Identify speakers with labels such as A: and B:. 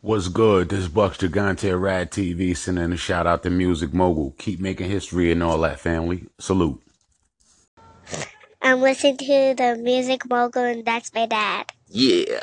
A: What's good? This Bucks Gigante Rad TV sending a shout out to Music Mogul. Keep making history and all that family. Salute.
B: I'm listening to the music mogul, and that's my dad. Yeah.